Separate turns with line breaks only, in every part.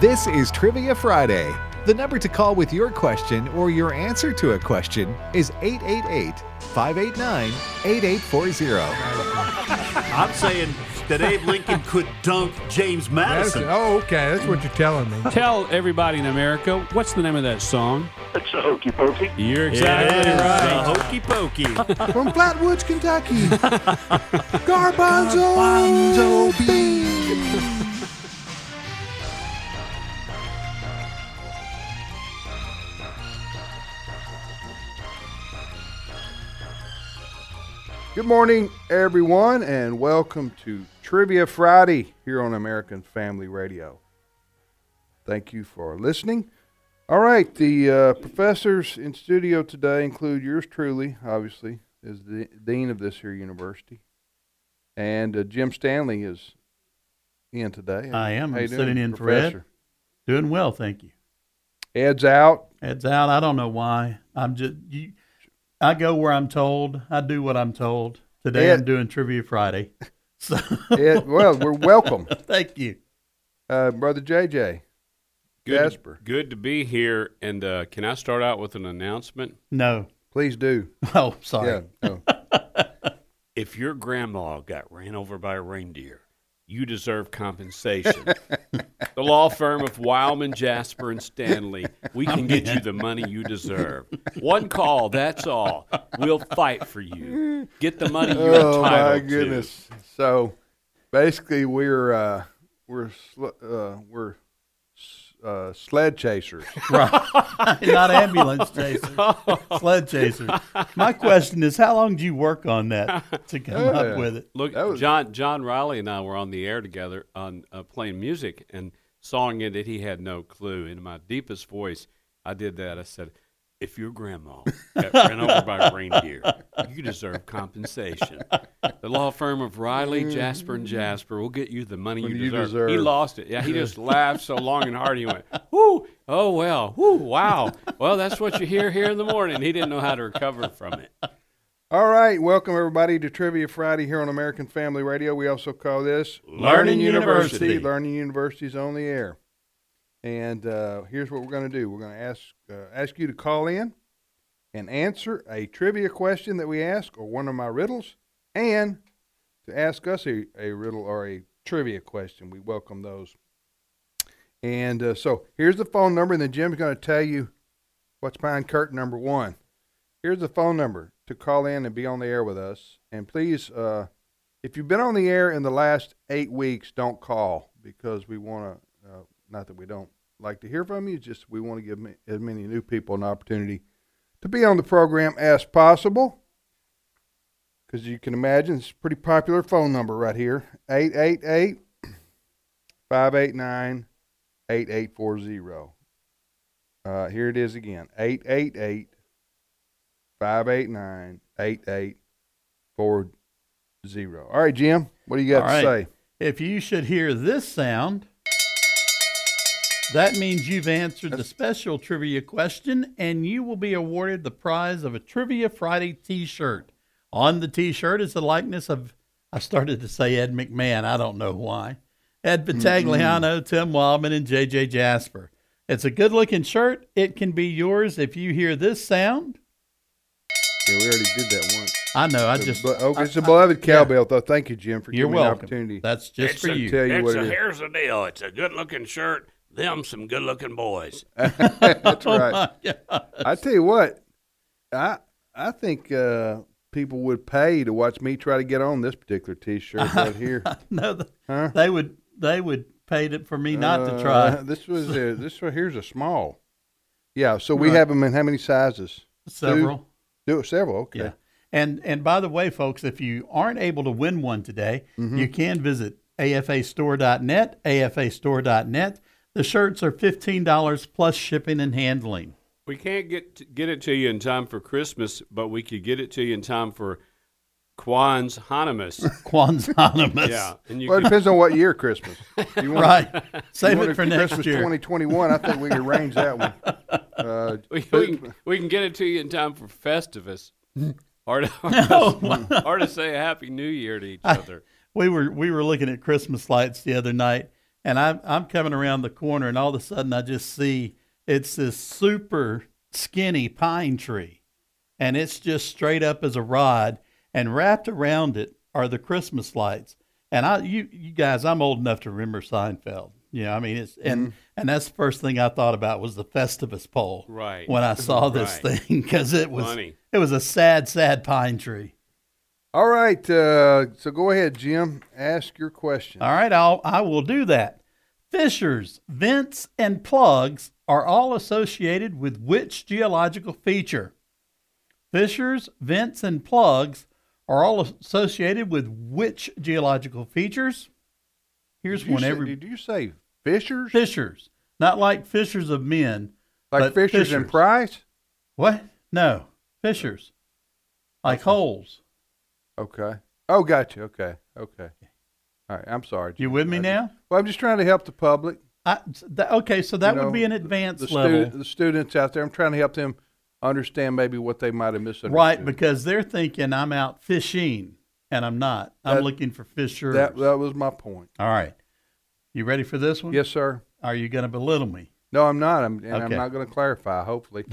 This is Trivia Friday. The number to call with your question or your answer to a question is 888 589 8840.
I'm saying that Abe Lincoln could dunk James
That's,
Madison.
oh, okay. That's what you're telling me.
Tell everybody in America what's the name of that song.
It's a hokey pokey.
You're exactly
It is
right.
a hokey pokey.
From Flatwoods, Kentucky. Garbanzo, beans.
Good morning, everyone, and welcome to Trivia Friday here on American Family Radio. Thank you for listening. All right, the uh, professors in studio today include yours truly, obviously, is the dean of this here university, and uh, Jim Stanley is in today.
I am.
How
I'm
you doing,
sitting in for Ed.
professor?
Doing well, thank you.
Ed's out.
Ed's out. I don't know why. I'm just you. I go where I'm told. I do what I'm told. Today
Ed.
I'm doing Trivia Friday. So
Ed, well, we're welcome,
thank you.
uh, brother
Good,
JJ. Jasper.
good to be here. And uh, can I start out with an announcement?
No.
Please do.
Oh, sorry.
Yeah. no.
if your grandma got ran over by a reindeer, you deserve compensation. the law firm of Wildman, Jasper, and Stanley, we can get you the money you deserve. One call, that's all. We'll fight for you. Get the money you're
oh my
entitled to.
goodness! So basically, we're uh, we're sl- uh, we're s- uh, sled chasers.
Not ambulance chaser. Sled chaser. My question is, how long do you work on that to come
Yeah.
up with it?
Look,
That was-
John John Riley and I were on the air together on uh, playing music and song in it. He had no clue. In my deepest voice, I did that. I said, "If your grandma got ran over by a reindeer, you deserve compensation." The law firm of Riley, Jasper, and Jasper will get you the money you,
What do you
deserve. He
deserve?
lost it. Yeah, he just laughed so long and hard. He went, "Whoo! Oh well! Whoo! Wow! Well, that's what you hear here in the morning." He didn't know how to recover from it.
All right, welcome everybody to Trivia Friday here on American Family Radio. We also call this
Learning University.
Learning University's on the air. And uh, here's what we're going to do: we're going to ask uh, ask you to call in and answer a trivia question that we ask, or one of my riddles, and to ask us a, a riddle or a trivia question. We welcome those. And uh, so here's the phone number, and then Jim's going to tell you what's behind curtain number one. Here's the phone number to call in and be on the air with us. And please, uh, if you've been on the air in the last eight weeks, don't call because we want to, uh, not that we don't like to hear from you, just we want to give ma- as many new people an opportunity to be on the program as possible. Because you can imagine it's a pretty popular phone number right here 888 589 8840. Uh, here it is again 888 589 8840. All right, Jim, what do you got
All
to
right.
say?
If you should hear this sound, that means you've answered the special trivia question and you will be awarded the prize of a Trivia Friday t shirt. On the t shirt is the likeness of, I started to say Ed McMahon, I don't know why. Ed Vitagliano, Tim Wildman, and JJ Jasper. It's a good looking shirt. It can be yours if you hear this sound.
Yeah, we already did that once.
I know, I
The
just.
blo- oh, it's
I-
a
I-
beloved cowbell, though. Thank you, Jim, for
You're
giving
welcome.
me the opportunity
That's just for
a-
you.
tell you
it's
what
a,
it is.
here's the deal. It's a good looking shirt. Them some good looking boys.
That's
Oh,
right.
Yeah.
I tell you what, I I think uh, people would pay to watch me try to get on this particular T-shirt right here.
No, th-
Huh?
they would they would pay it for me not to try.
Uh, this was a, this right here's a small. Yeah, so we have them in how many sizes?
Several,
Do several. Okay.
yeah. And and by the way, folks, if you aren't able to win one today,
Mm-hmm.
you can visit afastore.net, afastore.net. The shirts are fifteen dollars plus shipping and handling.
We can't get get it to you in time for Christmas, but we could get it to you in time for Kwan's Hanimus.
Quanzonimus.
yeah, and you
Well, it
can,
depends on what year Christmas. You want,
Right. Save
you want
it for next
Christmas
year.
2021. I think we can arrange that one. Uh,
we, we can we can get it to you in time for Festivus. Hard, hard, to, hard to say a Happy New Year to each other.
We were we were looking at Christmas lights the other night, And I'm, I'm coming around the corner, and all of a sudden I just see it's this super skinny pine tree, and it's just straight up as a rod, and wrapped around it are the Christmas lights. And I, you, you guys, I'm old enough to remember Seinfeld. You know, I mean, it's and
Mm-hmm.
and that's the first thing I thought about was the Festivus pole.
Right.
when I saw this
Right.
thing because it was
Funny.
it was a sad, sad pine tree.
All right. Uh, so go ahead, Jim. Ask your question.
All right, I'll, I will do that. Fissures, vents, and plugs are all associated with which geological feature? Fissures, vents, and plugs are all associated with which geological features? Here's
Did you
one
say-
every
Did you say Fishers?
fissures, not like fissures of men.
like
but
Fishers and Price?
What? No, fissures, like holes.
Okay. Oh, gotcha. Okay. Okay. All right. I'm sorry.
You
Jim.
with me
I-
now?
Well, I'm just trying to help the public.
I, that, okay, so that
you know,
would be an
the-
advanced
the,
level,
Stu- the students out there. I'm trying to help them understand maybe what they might have misunderstood.
right? Because they're thinking I'm out fishing, and I'm not. I'm
That-
looking for fishers.
that that was my point.
All right, you ready for this one?
Yes, sir.
Are you going to belittle me?
No, I'm not. I'm, and I'm
Okay.
not going to clarify. Hopefully.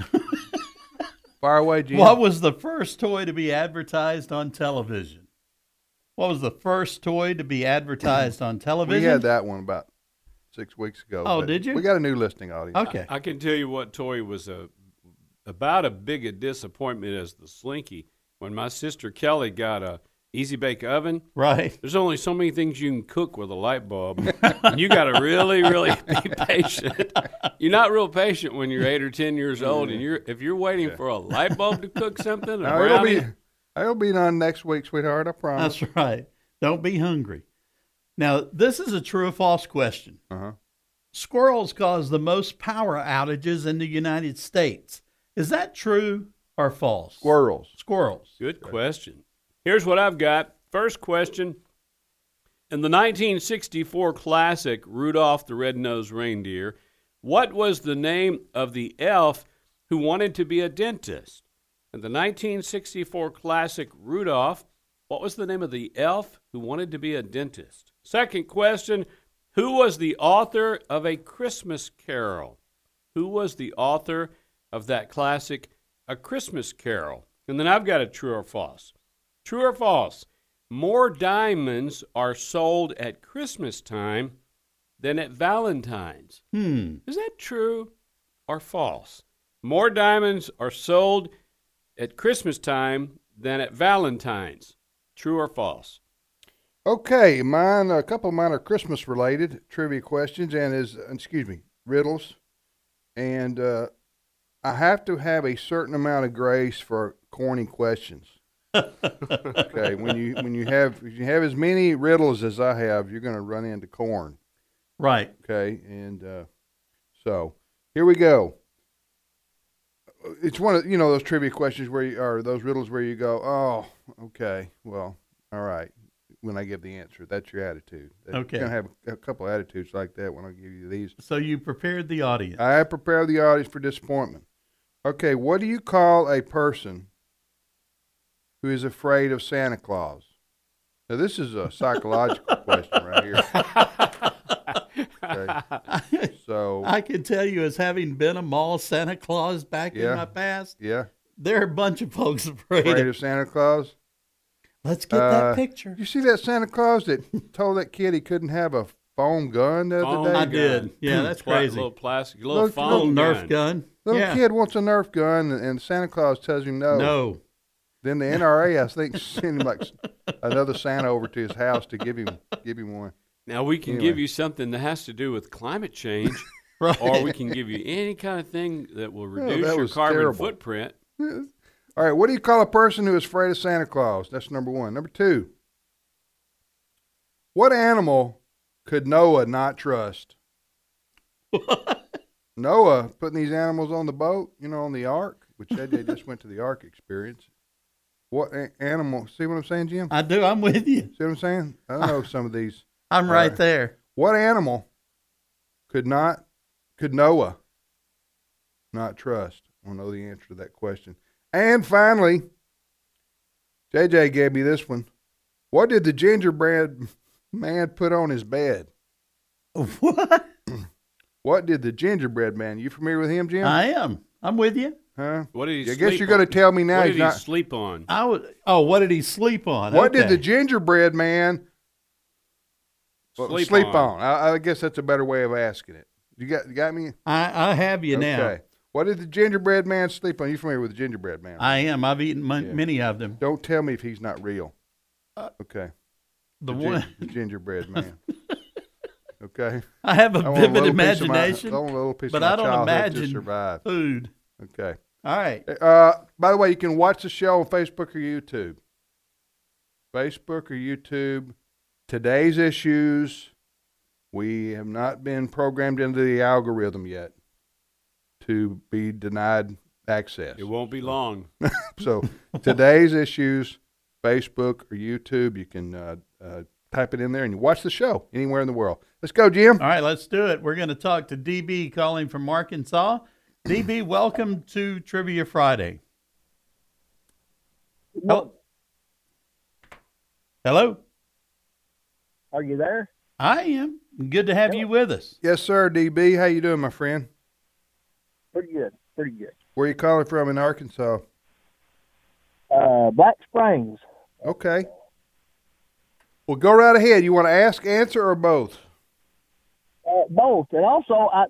Fire away, Jim.
What was the first toy to be advertised on television? What was the first toy to be advertised on television?
we had that one about six weeks ago.
Oh,
but
did you?
We got a new listening audience.
Okay.
I can tell you what toy was a about as big a disappointment as the Slinky. When my sister Kelly got a easy bake oven,
Right.
there's only so many things you can cook with a light bulb. and you got to really, really be patient. You're not real patient when you're eight or ten years old, and you're if you're waiting for a light bulb to cook something, a
No, it'll
brownie,
be it'll be done next week, sweetheart. I promise.
That's right. Don't be hungry. Now, this is a true or false question.
Uh-huh.
Squirrels cause the most power outages in the United States. Is that true or false?
Squirrels.
Squirrels.
Good question. Here's what I've got. First question. In the 1964 classic Rudolph the Red-Nosed Reindeer, what was the name of the elf who wanted to be a dentist? In the 1964 classic Rudolph, what was the name of the elf who wanted to be a dentist? Second question, who was the author of A Christmas Carol? who was the author of that classic, A Christmas Carol. And then I've got a true or false. True or false? More diamonds are sold at Christmas time than at Valentine's.
Hmm.
Is that true or false? More diamonds are sold at Christmas time than at Valentine's. True or false?
Okay, mine. A couple of mine are Christmas related trivia questions, and is excuse me riddles, and uh, I have to have a certain amount of grace for corny questions. okay, when you when you have when you have as many riddles as I have, you're going to run into corn.
Right.
Okay, and uh, so here we go. It's one of you know those trivia questions where you, or those riddles where you go, oh, okay, well, all right. When I give the answer, that's your attitude. That-
Okay.
you're gonna have a, couple attitudes like that when I give you these.
So you prepared the audience.
I prepare the audience for disappointment. Okay, what do you call a person who is afraid of Santa Claus? Now this is a psychological question right here. Okay. So
I can tell you, as having been a mall Santa Claus back
Yeah.
in my past,
yeah.
there are a bunch of folks afraid.
afraid
of-
of Santa Claus.
Let's get
Uh,
that picture.
You see that Santa Claus that told that kid he couldn't have a foam gun the other
Foam
day?
I
gun.
did. Yeah, that's
Pla-
crazy.
Little
Little,
plastic, little,
Little-
phone
Nerf gun.
Little
yeah.
kid wants a Nerf gun, and- and Santa Claus tells him no.
No.
Then the NRA, I think, sent him like s- another Santa over to his house to give him give him one.
Now we can
Anyway.
give you something that has to do with climate change,
Right.
or we can give you any kind of thing that will reduce
Oh, that
your
was
carbon
terrible.
footprint.
All right, what do you call a person who is afraid of Santa Claus? That's number one. Number two, what animal could Noah not trust? Noah putting these animals on the boat, you know, on the ark, which that day just went to the ark experience. What a- animal? See what I'm saying, Jim?
I do. I'm with you.
See what I'm saying? I don't know some of these.
I'm
All
right,
right.
there.
What animal could not could Noah not trust? I don't know the answer to that question. And finally, JJ gave me this one. What did the gingerbread man put on his bed?
What?
What did the gingerbread man? You familiar with him, Jim?
I am. I'm with you.
huh?
What did he?
I guess
sleep
you're going
on?
to tell me now.
What
He's
did he
not,
sleep on?
I was. Oh, what did he sleep on?
what did
Okay.
the gingerbread man well,
Sleep on.
I, I guess that's a better way of asking it. You got you got me?
I, I have you now.
Okay. What did the gingerbread man sleep on? You familiar with the gingerbread man?
I am. I've eaten mon-
Yeah.
many of them. Uh,
Don't tell me if he's not real. okay.
The
gin-
one
the gingerbread man. okay.
I have a
I want a
vivid
little piece of my-
imagination,
I want a little piece of
but
my
I don't
childhood to
imagine
survive.
food.
Okay.
All right.
Uh, by the way, you can watch the show on Facebook or YouTube. Facebook or YouTube. Today's issues. We have not been programmed into the algorithm yet to be denied access.
It won't be long.
So today's issues, Facebook or YouTube, you can uh, uh, type it in there and you watch the show anywhere in the world. Let's go, Jim.
All right. Let's do it. We're going to talk to DB calling from Arkansas. DB, welcome to Trivia Friday. Hello. Hello.
Are you there?
I am. Good to have you with us.
Yes, sir, DB. How you doing, my friend?
Pretty good. Pretty good.
Where you calling from in Arkansas?
Uh, Black Springs.
Okay. Well, go right ahead. You want to ask, answer, or both?
Uh, both. And also, I,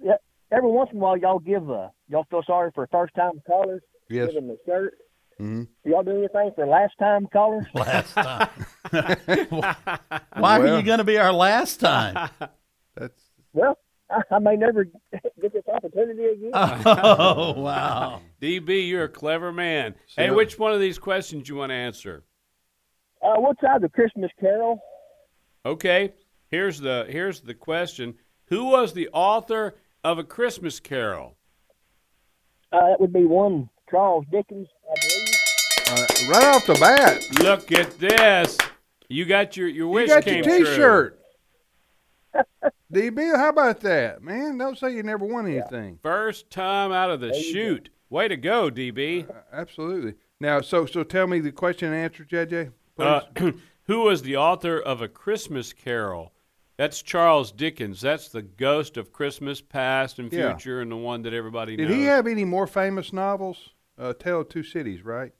every once in a while, y'all give uh, y'all feel sorry for first time callers.
Yes.
Give them a shirt.
Mhm.
Do y'all do anything for last time callers?
Last time. Why are
Well.
you going to be our last time?
That's
Well, I, I may never get this opportunity again.
Oh wow!
DB, you're a clever man. Hey,
Sure.
which one of these questions you want to answer?
Uh, what side of the Christmas Carol?
Okay, here's the here's the question: Who was the author of A Christmas Carol?
Uh, that would be one Charles Dickens, I believe.
uh, right off the bat.
Look at this. You got your your
You
wish
got your
came true.
T-shirt. DB, how about that, man? Don't say you never won anything.
First time out of the shoot. Way to go, DB.
Uh, Absolutely. Now, so so tell me the question and answer, JJ. Please.
Uh, who was the author of A Christmas Carol? That's Charles Dickens. That's the ghost of Christmas past and
Yeah.
future, and the one that everybody
Did
knows.
he have any more famous novels? Uh, Tale of Two Cities, right?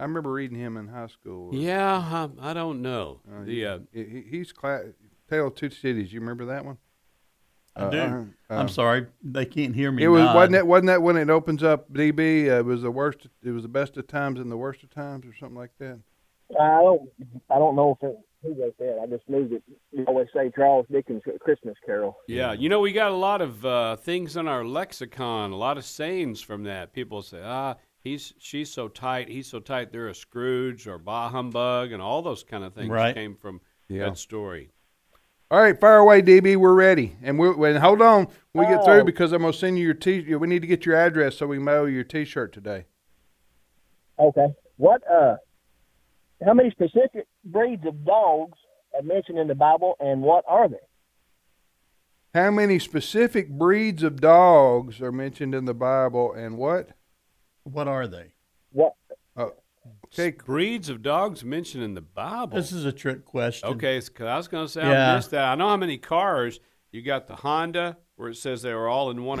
I remember reading him in high school.
yeah, I, I don't know.
Uh,
the uh,
he- he- he's cla- Tale of Two Cities. You remember that one?
I do.
uh,
I'm sorry, they can't hear me.
It was
nod.
wasn't that wasn't that when it opens up DB? Uh, it was the worst. It was the best of times and the worst of times, or something like that.
I don't, I don't know if it, who wrote that. I just knew that you always say Charles Dickens' Christmas Carol.
Yeah, you know, we got a lot of uh, things in our lexicon, a lot of sayings from that. People say, ah, he's she's so tight, he's so tight, they're a Scrooge or bah humbug, and all those kind of things
Right.
came from
Yeah.
that story.
All right, fire away, DB. We're ready, and we and hold on. We get
Oh.
through because I'm gonna send you your t. We need to get your address so we mail you your T-shirt today.
Okay. What? Uh, how many specific breeds of dogs are mentioned in the Bible, and what are they?
How many specific breeds of dogs are mentioned in the Bible, and what?
What are they?
What?
Okay,
Uh, Breeds of dogs mentioned in the Bible.
This is a trick question.
okay, it's 'cause I was going to say I
Yeah.
missed that. I know how many cars you got. The Honda, where it says they were all in one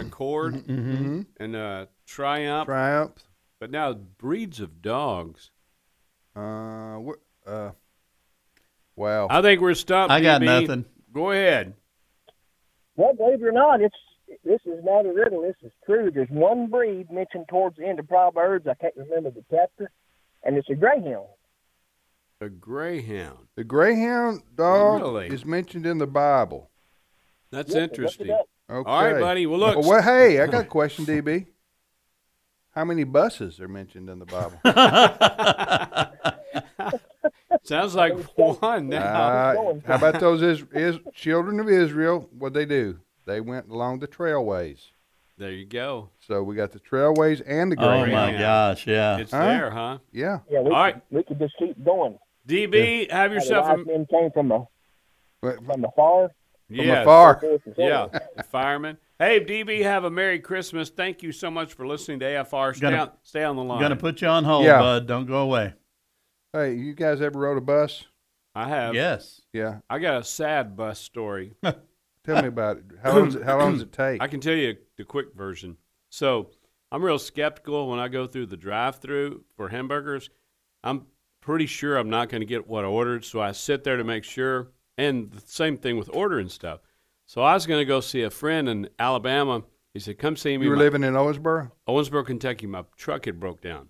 accord,
Mm-hmm.
and uh, Triumph.
triumph.
but now breeds of dogs.
Uh, what? Uh, wow.
I think we're stumped.
I got
DB.
nothing.
Go ahead.
Well, believe it or not, it's this is not a riddle. This is true. There's one breed mentioned towards the end of Proverbs. I can't remember the chapter, and it's a greyhound.
A greyhound.
The greyhound dog
Really?
is mentioned in the Bible.
That's
Look it
interesting.
up.
Okay.
All right, buddy. Well, look.
Well, well, hey, I got a question, DB. How many buses are mentioned in the Bible?
Sounds like one now.
Uh, how about those is, is children of Israel? What they do? They went along the trailways.
there you go.
So we got the trailways and the
Oh
greyhound.
my
Greyhound.
gosh! Yeah.
It's
Huh?
there, huh?
Yeah.
Yeah, we,
All
could,
right.
we could just keep going.
DB, have
How the
yourself
wise
a
men came from the
But from
from the far.
yes.
afar.
Yeah, the fireman. Hey, DB, have a Merry Christmas. Thank you so much for listening to AFR. Stay,
Gonna-
on, stay on the line.
I'm gonna put you on hold,
Yeah.
bud. Don't go away.
Hey, you guys ever rode a bus?
I have.
Yes.
Yeah.
I got a sad bus story.
Tell me about it. How long, how long does it take?
I can tell you the quick version. So I'm real skeptical when I go through the drive-through for hamburgers. I'm pretty sure I'm not going to get what I ordered, so I sit there to make sure. And the same thing with ordering stuff. So I was going to go see a friend in Alabama. He said, "Come see me."
you were
My-
living in Owensboro?
Owensboro, Kentucky. My truck had broke down,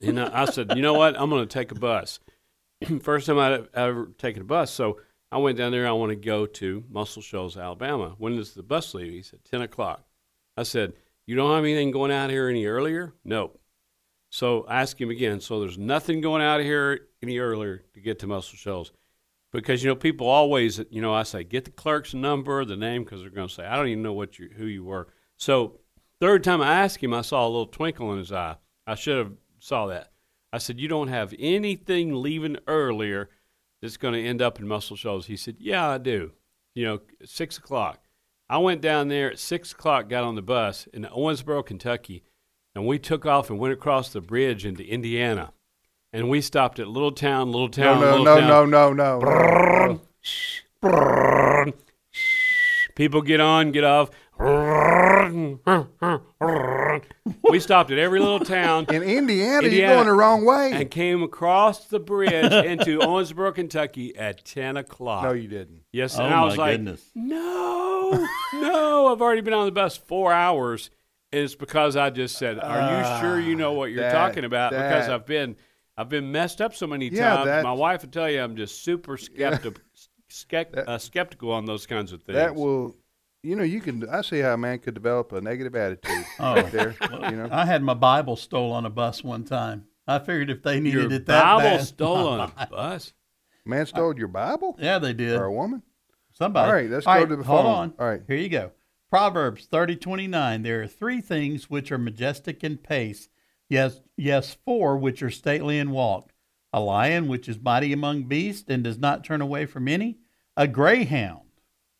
and I, I said, "You know what? I'm going to take a bus." First time I'd e-, ever taken a bus, so I went down there. I want to go to Muscle Shoals, Alabama. When does the bus leave? He said, 10 o'clock. I said, "You don't have anything going out here any earlier?" No. So I asked him again. So there's nothing going out here any earlier to get to Muscle Shoals. Because you know people always, you know, I say get the clerk's number, the name, because they're going to say I don't even know what you who you were. So Third time I asked him, I saw a little twinkle in his eye. I should have saw that. I said, "You don't have anything leaving earlier that's going to end up in Muscle Shoals." He said, "Yeah, I do. You know, six o'clock." I went down there at six o'clock, got on the bus in Owensboro, Kentucky, and we took off and went across the bridge into Indiana, and we stopped at Little Town, Little
No,
Town,
no,
Little
no,
Town.
no, no, no,
People get on, get off. We stopped at every little town
In Indiana, you're
Indiana.
going the wrong way.
and came across the bridge into Owensboro, Kentucky at 10 o'clock.
no, you didn't.
yes,
Oh
and I
my
was like,
goodness.
no, no, I've already been on the bus four hours. And it's because I just said, are you sure you know what you're
Ah, that-
talking about? Because
that-
I've been I've been messed up so many
Yeah,
times.
that's-
My wife will tell you I'm just super skeptical. uh, skeptical on those kinds of things.
That will, you know, you can. I see how a man could develop a negative attitude
Oh.
right there. You know,
I had my Bible stole on a bus one time. I figured if they needed
Your
it that
Bible
bad,
stole on a bus.
man stole your Bible
yeah, they did.
or a woman.
Somebody.
All right, let's go to the
hold
phone.
on.
All right.
here you go. Proverbs thirty twenty nine. There are three things which are majestic in pace. Yes, yes, four which are stately in walk. A lion which is mighty among beasts and does not turn away from any. A greyhound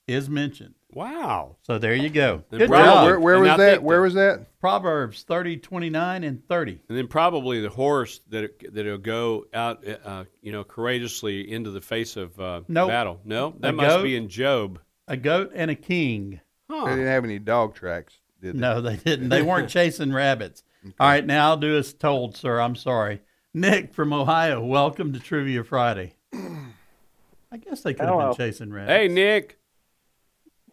is mentioned.
Wow.
So there you go.
The
Good
Bible-
job.
Where, where
And I
was that?
picked
Where
it.
was that?
Proverbs thirty twenty nine and thirty.
And then probably the horse that it, that'll go out, uh, you know, courageously into the face of uh,
Nope.
battle. No, that
A
must
goat.
be in Job.
A goat and a king.
They
Huh.
didn't have any dog tracks, did they?
No, they didn't. They weren't chasing rabbits. All right, now I'll do as told, sir. I'm sorry. Nick from Ohio, welcome to Trivia Friday. I guess they could have
Hello.
been chasing rabbits.
Hey, Nick,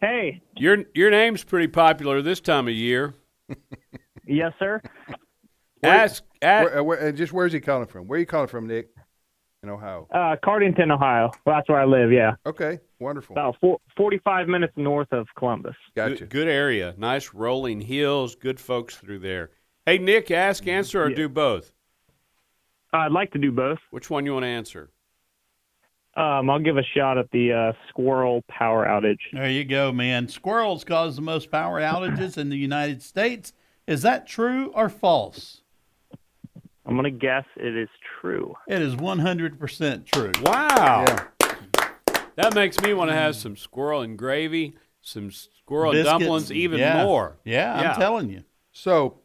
Hey,
your your name's pretty popular this time of year.
yes, sir.
Ask, ask
Where, uh, where, uh, just where's he calling from? Where are you calling from, Nick? In Ohio.
Uh, Cardington, Ohio. Well, that's where I live. Yeah,
Okay, wonderful.
about four, 45 minutes north of Columbus.
Gotcha.
good, good area, nice rolling hills, good folks through there. Hey, Nick, ask, answer, or do both.
I'd like to do both.
Which one you want to answer?
Um, I'll give a shot at the uh, squirrel power outage.
There you go, man. Squirrels cause the most power outages in the United States. Is that true or false?
I'm gonna guess it is true.
It is 100% true.
Wow. That makes me want to have some squirrel and gravy, some squirrel and
Biscuits,
dumplings, even
yeah.
more.
Yeah,
Yeah.
I'm telling you.
So,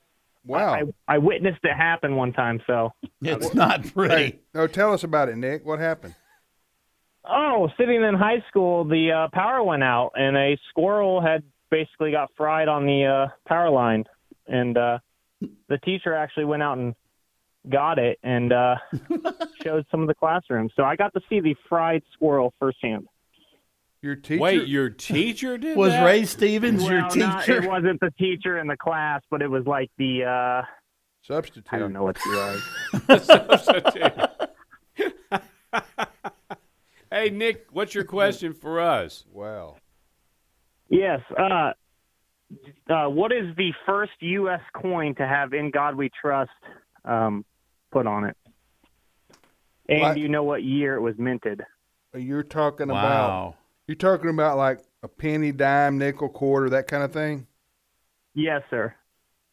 wow.
I, I witnessed it happen one time, so
It's not pretty.
no, tell us about it, Nick. What happened?
Oh, sitting in high school, the uh, power went out, and a squirrel had basically got fried on the uh, power line, and uh, the teacher actually went out and got it and uh, showed some of the classrooms. So I got to see the fried squirrel firsthand.
Your teacher?
Wait, your teacher did
Was
that?
Ray Stevens your
Well, not-
teacher?
it wasn't the teacher in the class, but it was like the uh,
substitute.
I don't know what you are.
hey, Nick, what's your question for us?
Wow.
Yes. Uh, uh, what is the first U.S. coin to have "In God We Trust" um, put on it? And
What?
do you know what year it was minted?
You're talking about
wow.
you're talking about like a penny, dime, nickel, quarter, that kind of thing.
Yes, sir.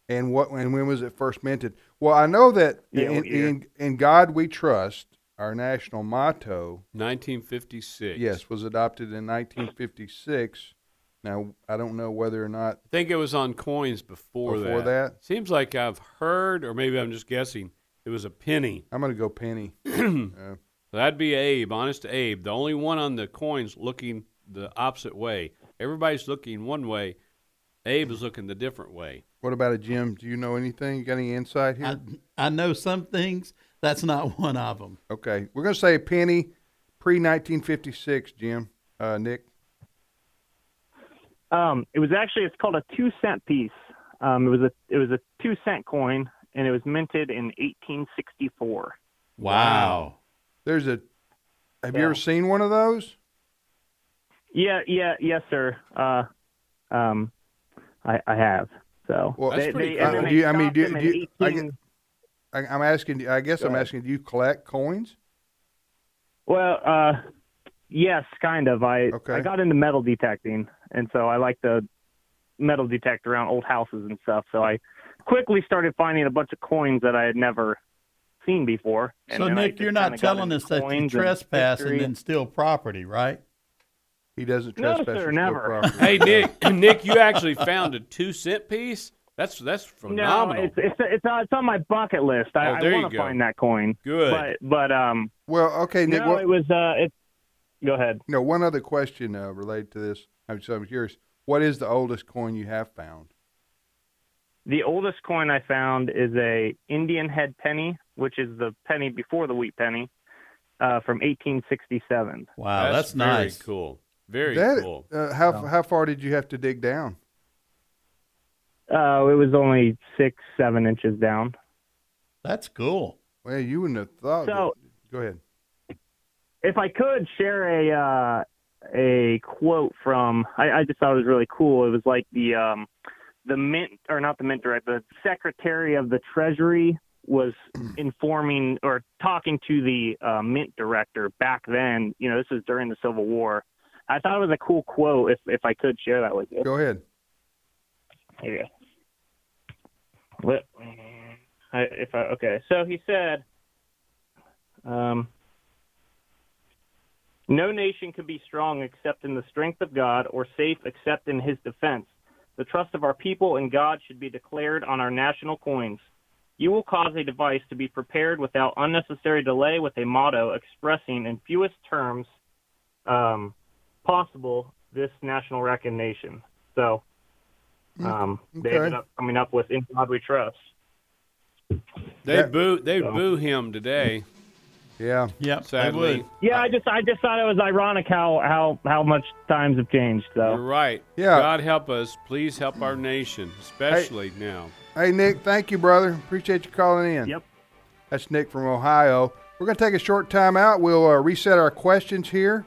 And what and when was it first minted? Well, I know that
Yeah,
in,
what year?
in in God we trust, our national motto,
1956.
yes, was adopted in 1956. Now, I don't know whether or not
I think it was on coins before,
Before that?
Seems like I've heard, or maybe I'm just guessing, it was a penny.
I'm going to go penny.
So that'd be Abe, honest Abe, the only one on the coins looking the opposite way. Everybody's looking one way. Abe is looking the different way.
What about it, Jim? Do you know anything? You got any insight here?
I, I know some things. That's not one of them.
okay, we're gonna say a penny pre 1956. Jim, uh, Nick.
Um, it was actually it's called a two cent piece. Um, it was a it was a two cent coin, and it was minted in 1864.
Wow.
There's a. Have you
Yeah.
ever seen one of those?
Yeah, yeah, yes, sir. Uh, um, I, I have. So
Well, Uh,
That's
they,
pretty
they,
cool.
and then
Do you-
they
I mean,
stopped
do-
them in
do you- I
18
get- I, I'm asking. I guess I'm asking. Do you collect coins?
Well, uh, yes, kind of. I
Okay.
I got into metal detecting, and so I like to metal detect around old houses and stuff. So I quickly started finding a bunch of coins that I had never seen before. And
So,
then I
Nick,
just
you're not
kinda got
telling
into
us that
coins
you
and
trespass and
history.
then steal property, right?
He doesn't
No,
trespass.
sir,
or steal
never.
property.
Hey Nick, Nick, you actually found a two cent piece. That's that's
No,
phenomenal.
it's it's it's, on- it's on my bucket list. I,
Oh, there
I
you
want to
go.
find that coin.
Good.
But but um,
Well, okay, Nick.
no,
what,
it was uh, it. Go ahead.
No, one other question uh, related to this. I'm, so I'm curious. What is the oldest coin you have found?
The oldest coin I found is a Indian head penny, which is the penny before the wheat penny, uh, from 1867.
Wow, that's,
very
nice.
Cool. Very
That-
cool.
uh, how how far did you have to dig down?
Uh, it was only six, seven inches down.
That's cool.
Well, you wouldn't have thought.
So-
that- go ahead.
If I could share a uh, a quote from, I, I just thought it was really cool. It was like the um, the mint, or not the mint director, the secretary of the treasury was
Hmm.
informing or talking to the uh, mint director back then. You know, this was during the Civil War. I thought it was a cool quote. If if I could share that with you.
Go ahead.
Here you go. Let, I, if I, okay, so he said, um, no nation can be strong except in the strength of God, or safe except in his defense. The trust of our people in God should be declared on our national coins. You will cause a device to be prepared without unnecessary delay with a motto expressing in fewest terms um, possible this national recognition. So um, They ended
Okay.
up coming up with In God We Trust.
They boo they boo him today.
Yeah.
Yep, I
Sadly.
would.
Yeah, I just I just thought it was ironic how how how much times have changed
You're
though.
right.
Yeah.
God help us. Please help our nation, especially now.
Hey, Nick. Thank you, brother. Appreciate you calling in.
Yep.
That's Nick from Ohio. We're going to take a short time out. We'll uh, reset our questions here.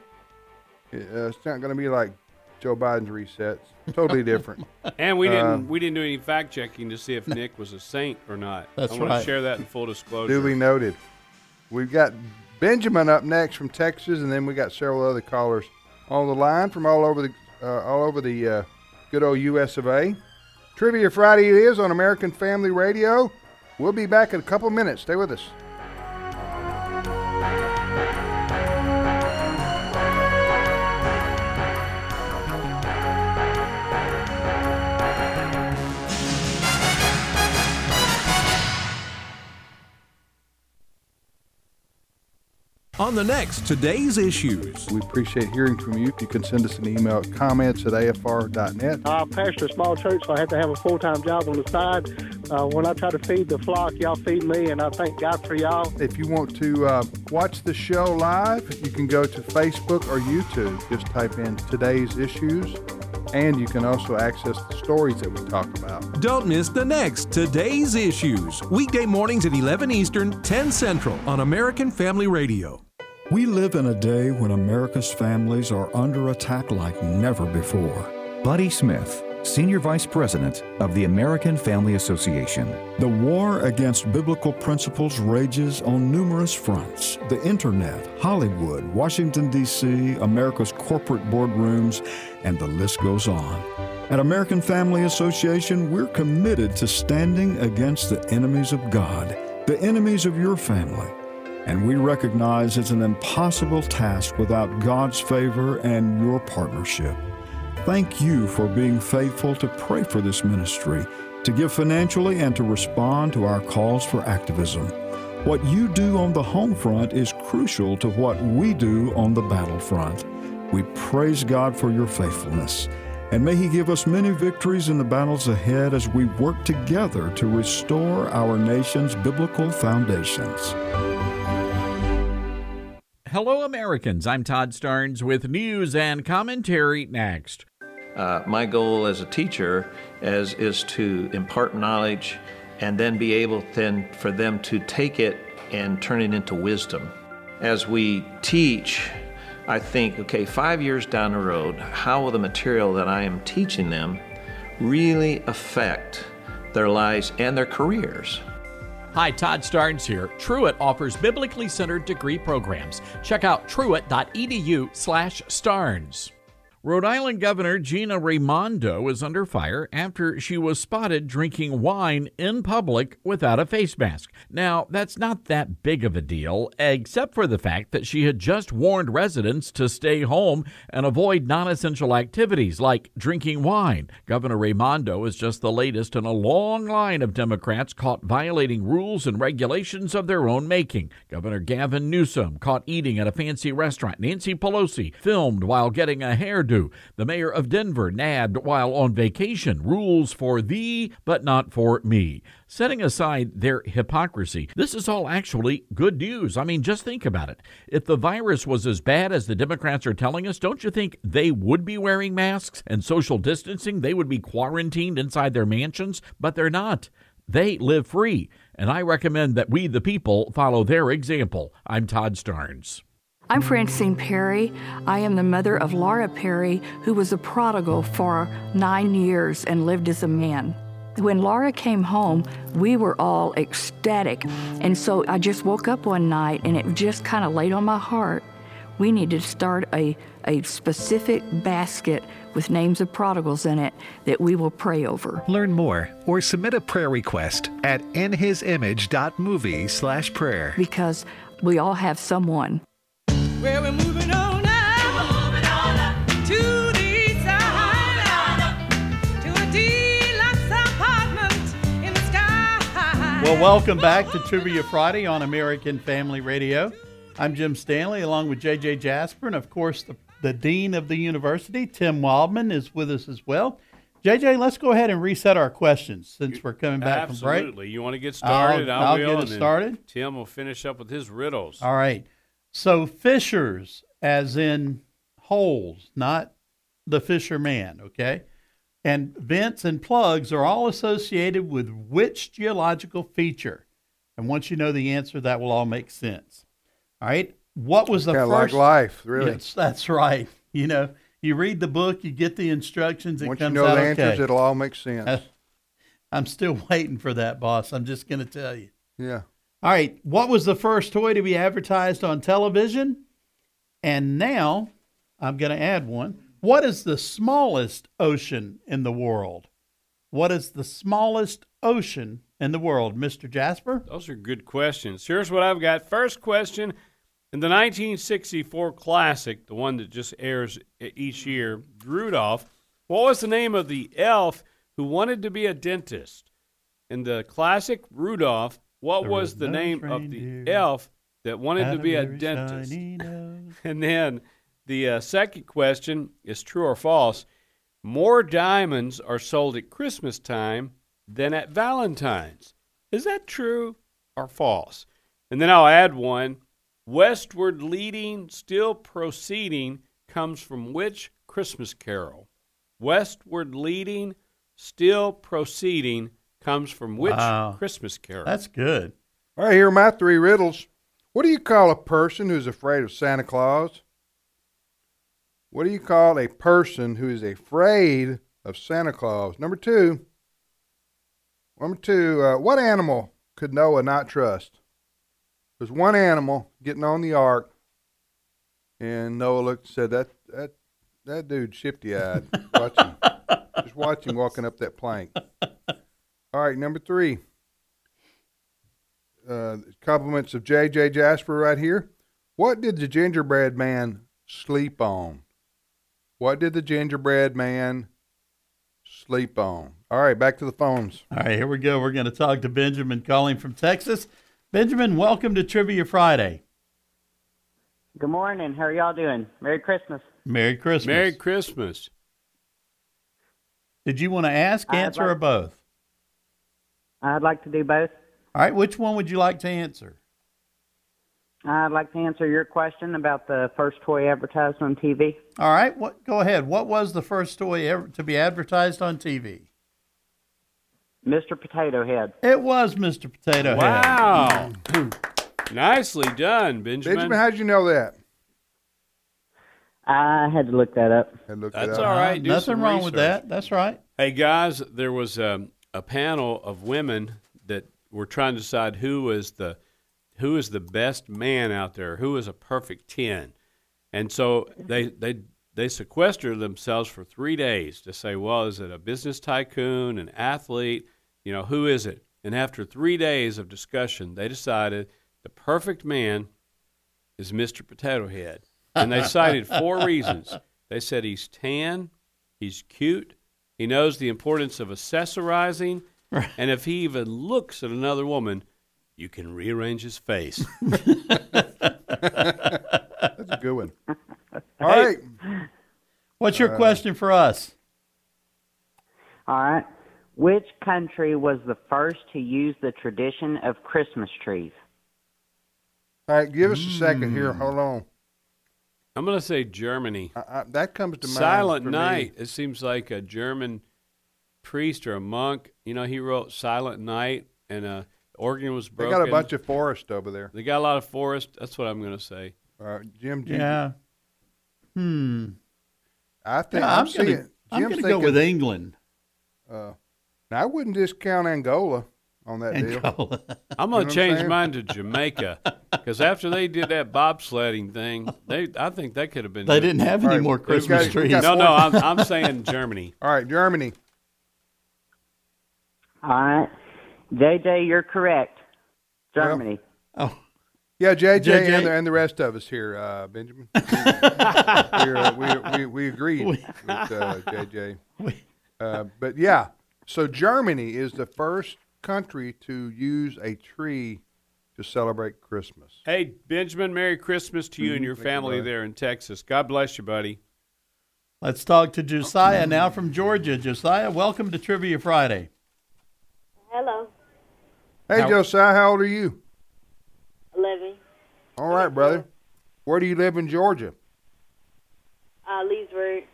Uh, it's not going to be like Joe Biden's resets. Totally different.
And we
Uh,
didn't we didn't do any fact checking to see if Nick was a saint or not.
That's
I want
right.
to share that in full disclosure.
Duly noted. We've got Benjamin up next from Texas, and then we got several other callers on the line from all over the uh, all over the uh, good old U.S. of A. Trivia Friday it is on American Family Radio. We'll be back in a couple minutes. Stay with us.
On the next Today's Issues.
We appreciate hearing from you. You can send us an email at comments at afr.net.
I pastor a small church, so I have to have a full time job on the side. Uh, when I try to feed the flock, y'all feed me, and I thank God for y'all.
If you want to uh, watch the show live, you can go to Facebook or YouTube. Just type in today's issues, and you can also access the stories that we talk about.
Don't miss the next Today's Issues. Weekday mornings at 11 Eastern, 10 Central on American Family Radio.
We live in a day when America's families are under attack like never before.
Buddy Smith, Senior Vice President of the American Family Association.
The war against biblical principles rages on numerous fronts the internet, Hollywood, Washington, D.C., America's corporate boardrooms, and the list goes on. At American Family Association, we're committed to standing against the enemies of God, the enemies of your family. And we recognize it's an impossible task without God's favor and your partnership. Thank you for being faithful to pray for this ministry, to give financially, and to respond to our calls for activism. What you do on the home front is crucial to what we do on the battlefront. We praise God for your faithfulness, and may He give us many victories in the battles ahead as we work together to restore our nation's biblical foundations.
Hello, Americans. I'm Todd Starnes with news and commentary next.
Uh, my goal as a teacher as, is to impart knowledge and then be able then for them to take it and turn it into wisdom. As we teach, I think, okay, five years down the road, how will the material that I am teaching them really affect their lives and their careers?
Hi, Todd Starnes here. Truett offers biblically centered degree programs. Check out truett.edu slash starnes.
Rhode Island Governor Gina Raimondo is under fire after she was spotted drinking wine in public without a face mask. Now, that's not that big of a deal, except for the fact that she had just warned residents to stay home and avoid non essential activities like drinking wine. Governor Raimondo is just the latest in a long line of Democrats caught violating rules and regulations of their own making. Governor Gavin Newsom caught eating at a fancy restaurant. Nancy Pelosi filmed while getting a hairdo. Do. The mayor of Denver nabbed while on vacation. Rules for thee, but not for me. Setting aside their hypocrisy, this is all actually good news. I mean, just think about it. If the virus was as bad as the Democrats are telling us, don't you think they would be wearing masks and social distancing? They would be quarantined inside their mansions, but they're not. They live free. And I recommend that we, the people, follow their example. I'm Todd Starnes.
I'm Francine Perry. I am the mother of Laura Perry, who was a prodigal for nine years and lived as a man. When Laura came home, we were all ecstatic. And so I just woke up one night and it just kind of laid on my heart. We need to start a, a specific basket with names of prodigals in it that we will pray over.
Learn more or submit a prayer request at inhisimage.movie slash prayer.
Because we all have someone.
Where we're moving on up. To the east side. To a deluxe apartment in the sky.
Well, welcome back to Trivia Friday on American Family Radio. I'm Jim Stanley, along with JJ Jasper, and of course, the, the Dean of the University, Tim Wildman, is with us as well. JJ, let's go ahead and reset our questions since we're coming back
Absolutely.
from break.
You want to get started?
I'll, I'll
will,
get
and
us
then
started.
Tim will finish up with his riddles.
All right. So, fishers, as in holes, not the fisherman, okay? And vents and plugs are all associated with which geological feature? And once you know the answer, that will all make sense. All right. What was the
Kinda like
first
life, really.
Yes, that's right. You know, you read the book, you get the instructions. It
Once you
comes
know the
out
answers,
okay.
it'll all make sense.
I'm still waiting for that, boss. I'm just going to tell you.
yeah.
All right. What was the first toy to be advertised on television? And now I'm going to add one. What is the smallest ocean in the world? What is the smallest ocean in the world, Mr. Jasper?
Those are good questions. Here's what I've got. First question In the 1964 classic, the one that just airs e- each year, Rudolph, what was the name of the elf who wanted to be a dentist? In the classic Rudolph, what
There
was
was
the
no
name of the
reindeer
elf that wanted
Had
to be a
very
dentist?
shiny nose.
And then the uh, second question is true or false. More diamonds are sold at Christmas time than at Valentine's. Is that true or false? And then I'll add one. Westward leading, still proceeding comes from which Christmas carol? Westward leading, still proceeding comes from which
Wow.
Christmas carol?
That's good.
All right, here are my three riddles. What do you call a person who's afraid of Santa Claus? What do you call a person who is afraid of Santa Claus? Number two. Number two. Uh, what animal could Noah not trust? There's one animal getting on the ark, and Noah looked and said, "That that that dude shifty eyed. Watch him. Just watch him walking up that plank." All right, number three uh, compliments of J.J. Jasper right here. What did the gingerbread man sleep on? What did the gingerbread man sleep on? All right, back to the phones.
All right, here we go. We're going to talk to Benjamin calling from Texas. Benjamin, welcome to Trivia Friday.
Good morning. How are y'all doing? Merry Christmas.
Merry Christmas.
Merry Christmas.
Did you want to ask,
I'd
answer,
like-
or both?
I'd like to do both.
All right, which one would you like to answer?
I'd like to answer your question about the first toy advertised on TV.
All right, what? Go ahead. What was the first toy ever to be advertised on TV?
Mr. Potato Head.
It was Mr. Potato
Wow.
Head. Mm.
Nicely done, Benjamin.
Benjamin, how'd you know that?
I had to look that up.
That's all right. Do
Nothing
some
wrong with
research.
that. That's right.
Hey guys, there was um, a panel of women that were trying to decide who was the who is the best man out there, who is a perfect ten, and so they they they sequestered themselves for three days to say, well, is it a business tycoon, an athlete, you know, who is it? And after three days of discussion, they decided the perfect man is Mr. Potato Head, and they cited four reasons. They said he's tan, he's cute, he knows the importance of accessorizing, and if he even looks at another woman, you can rearrange his face.
That's a good one. All
Hey,
right.
What's your
Uh,
question for us?
All right. Which country was the first to use the tradition of Christmas trees?
All right, give us a second here.
Hmm.
Hold on.
I'm going to say Germany.
I, that comes to mind
Silent
for me.
Night. It seems like a German priest or a monk. You know, he wrote Silent Night, and uh, the organ was
They
broken.
got a bunch of forest over there.
They got a lot of forest. That's what I'm going to say.
Uh, Jim, do you-
Yeah. Hmm.
I think
Yeah,
I'm,
I'm gonna-
seeing.
I'm
Jim's
gonna go with
thinking,
England.
Uh, now I wouldn't discount Angola on that
Angola.
deal. You know what
I'm going to change
saying?
mine to Jamaica because after they did that bobsledding thing, they I think that could have been.
They didn't have any All right, more we've Christmas got- we've got trees.
No, no,
four-
I'm, I'm saying Germany.
All right, Germany.
All right. JJ, you're correct. Germany.
Oh.
Yeah, JJ,
JJ.
And, the, and the rest of us here, uh, Benjamin. We're, uh, we, we, we agreed with uh, JJ. Uh, but yeah, so Germany is the first country to use a tree to celebrate Christmas.
Hey, Benjamin, Merry Christmas to you and your
Thank you,
family
brother.
there in Texas. God bless you, buddy.
Let's talk to Josiah now from Georgia. Josiah, welcome to Trivia Friday.
Hello,
Hey,
How-
Josiah, how old are you?
Levy.
All right, brother. Where do you live in Georgia?
Uh, Leesburg.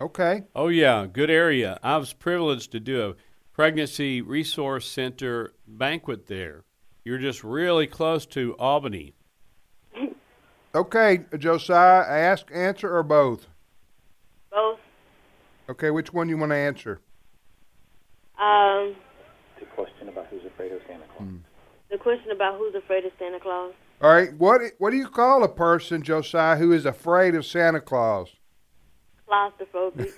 Okay.
Oh, yeah, good area. I was privileged to do a pregnancy resource center banquet there. You're just really close to Albany.
Okay, Josiah, ask, answer, or both?
Both.
Okay, which one you want to answer?
Um,
The question about who's afraid of Santa Claus.
the question about who's afraid of Santa Claus.
All right, what what do you call a person, Josiah, who is afraid of Santa Claus?
Claustrophobic.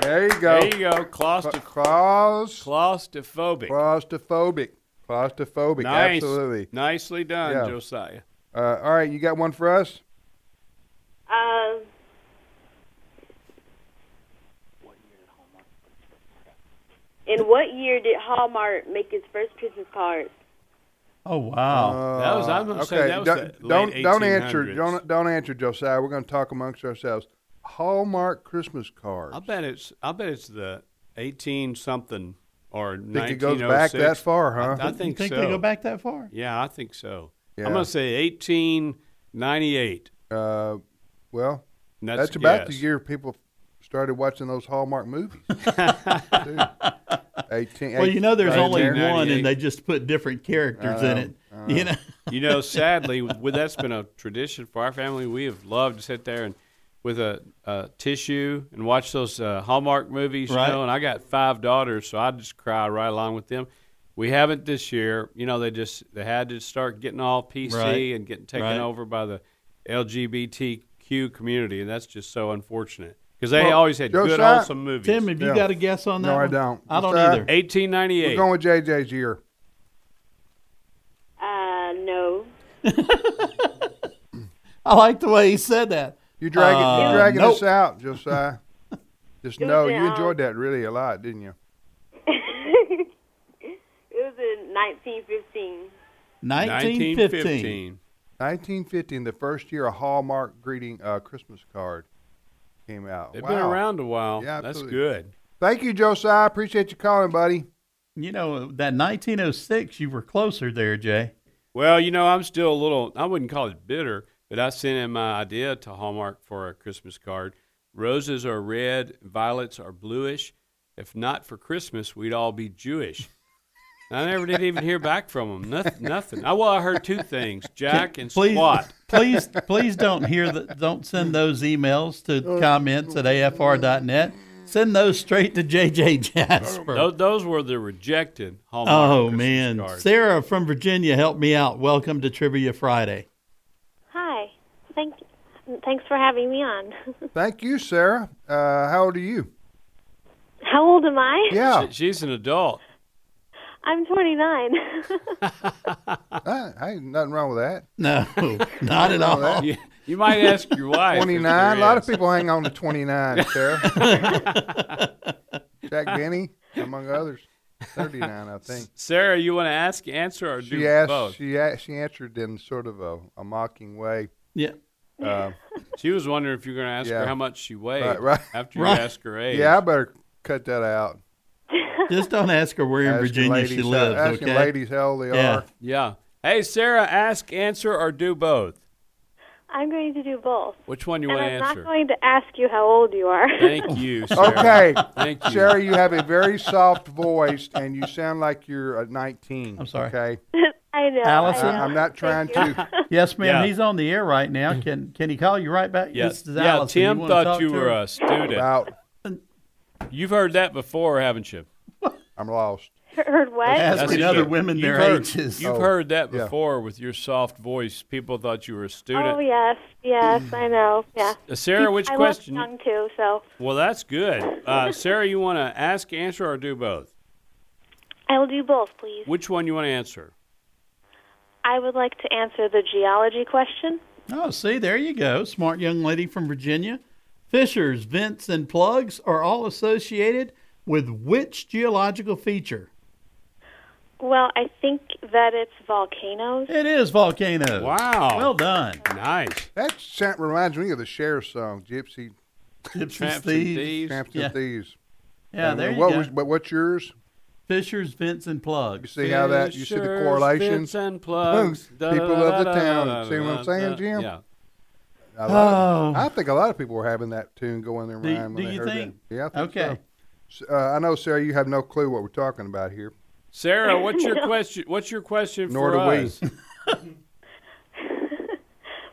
there you go.
There you go. Claustroph-
Claus.
Claustrophobic.
Claustrophobic. Claustrophobic.
Nice.
Absolutely.
Nicely done,
Yeah.
Josiah.
Uh, all right, you got one for us?
Um, in what year did Hallmark make its first Christmas cards?
Oh wow.
That was- I'm gonna say
okay.
that was
don't,
the
don't
late
don't answer.
1800s.
Don't don't answer, Josiah. We're going to talk amongst ourselves. Hallmark Christmas cards.
I bet it's I bet it's the 18 something or
Think
1906.
it goes back that far, huh?
I, I
You
think,
think
so.
they go back that far?
Yeah, I think so.
Yeah.
I'm going to say 1898.
Uh, well,
And
that's,
that's a
about the
guess.
year people started watching those Hallmark movies. Dude. 18,
Well, you know, there's
right
only
there.
one, and they just put different characters
Oh,
in it. You know.
you know, sadly, with, that's been a tradition for our family. We have loved to sit there and with a, a tissue and watch those uh, Hallmark movies.
Right.
You know, and I got five daughters, so I just cry right along with them. We haven't this year. You know, they just they had to start getting all PC
Right.
and getting taken
Right.
over by the LGBTQ community, and that's just so unfortunate because they
Well,
always had good,
Josiah-
awesome movies.
Tim, have Uh, you Yeah. got a guess on No, that I one? don't. I don't Josiah? either.
1898.
We're going with JJ's year.
Uh, no.
I like the way he said that.
You're dragging,
Uh,
you're dragging
nope.
us out, Josiah. Just
It
know
was,
you
um,
enjoyed that really a lot, didn't you?
it was in 1915.
1915.
1950, in the first year, a Hallmark greeting uh, Christmas card came out.
They've
wow.
been around a while.
Yeah,
That's
absolutely.
good.
Thank you, Josiah. Appreciate you calling, buddy.
You know, that 1906, you were closer there, Jay.
Well, you know, I'm still a little, I wouldn't call it bitter, but I sent in my idea to Hallmark for a Christmas card. Roses are red, violets are bluish. If not for Christmas, we'd all be Jewish. I never did even hear back from them. Nothing. nothing. I, well, I heard two things Jack and
please,
Squat.
please, please don't hear that. Don't send those emails
Oh.
to comments at afr.net. Send those straight to JJ Jasper.
Those, those were the rejected Hallmark.
Oh
Christmas
man,
cards.
Sarah from Virginia, help me out. Welcome to Trivia Friday.
Hi. Thank, thanks for having me on.
Thank you, Sarah. Uh, how old are you?
How old am I?
Yeah.
She- she's an adult.
I'm 29.
Uh, hey, nothing wrong with that.
No,
not at all. You- you might ask your wife if
29. A
there
lot of
is.
people hang on to 29, Sarah. Jack Benny, among others. 39, I think.
Sarah, you want to ask, answer, or do
She asked.
both?
She a she answered in sort of a, a mocking way.
Yeah.
Uh,
She was wondering if you were going to ask
Yeah.
her how much she weighed
right, right.
after you asked her age.
Yeah, I better cut that out.
Just don't ask her where in
Ask the
Virginia she
ladies how-
lives.
ask the
okay,
ladies how old they
Yeah.
are.
Yeah. Hey, Sarah, ask, answer, or do both.
I'm going to do both.
Which one you
and
want to
I'm
answer?
not going to ask you how old you are.
Thank you, Sarah.
Okay.
Thank you.
Sarah, you have a very soft voice and you sound like you're a 19. I'm
sorry.
Okay.
I know.
Allison?
I- I'm not trying to.
Yes, ma'am.
Yeah.
He's on the air right now. Can can he call you right back?
Yeah,
This is
yeah,
Allison.
Tim
wanna
thought
talk
you
to
were
her?
a student. You've heard that before, haven't you?
I'm lost.
Heard what?
Ask
That's
another
you.
women
You've
their
heard-
ages.
You've
Oh,
heard that
yeah.
before with your soft voice. People thought you were a student.
Oh, yes. Yes, I know. Yeah.
Uh, Sarah, which
I
question-
I young, too, so
Well, that's good. Uh, Sarah, you want to ask, answer, or do both?
I will do both, please.
Which one you want to answer?
I would like to answer the geology question.
Oh, see, there you go. Smart young lady from Virginia. Fissures, vents, and plugs are all associated with which geological feature?
Well, I think that it's volcanoes.
It is volcanoes.
Wow.
Well done.
Nice.
That sound reminds me of the Cher song, Gypsy.
Gypsy Tramps and Thieves. Thieves.
Tramps
Yeah.
and Thieves.
Yeah,
And
there you
what
go.
Was, but what's yours?
Fissures, vents, and plugs.
See how that you see the
Fissures,
correlation.
vents, and plugs.
Boom. People of the town. See what I'm
Uh,
saying, Jim? A lot of- I think a lot of people were having that tune go in their
Oh. Do-
mind when
do
they
you
heard
think?
that. Yeah, I think
Okay.
so. S- Uh, I know, Sarah, you have no clue what we're talking about here.
Sarah, what's your question? What's your question
Nor
for
do we.
us?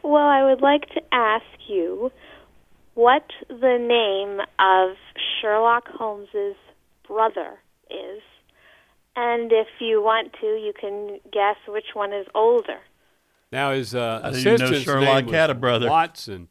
Well, I would like to ask you what the name of Sherlock Holmes's brother is, and if you want to, you can guess which one is older.
Now his uh,
I didn't know
assistant's
Sherlock
name was
had a brother.
Watson.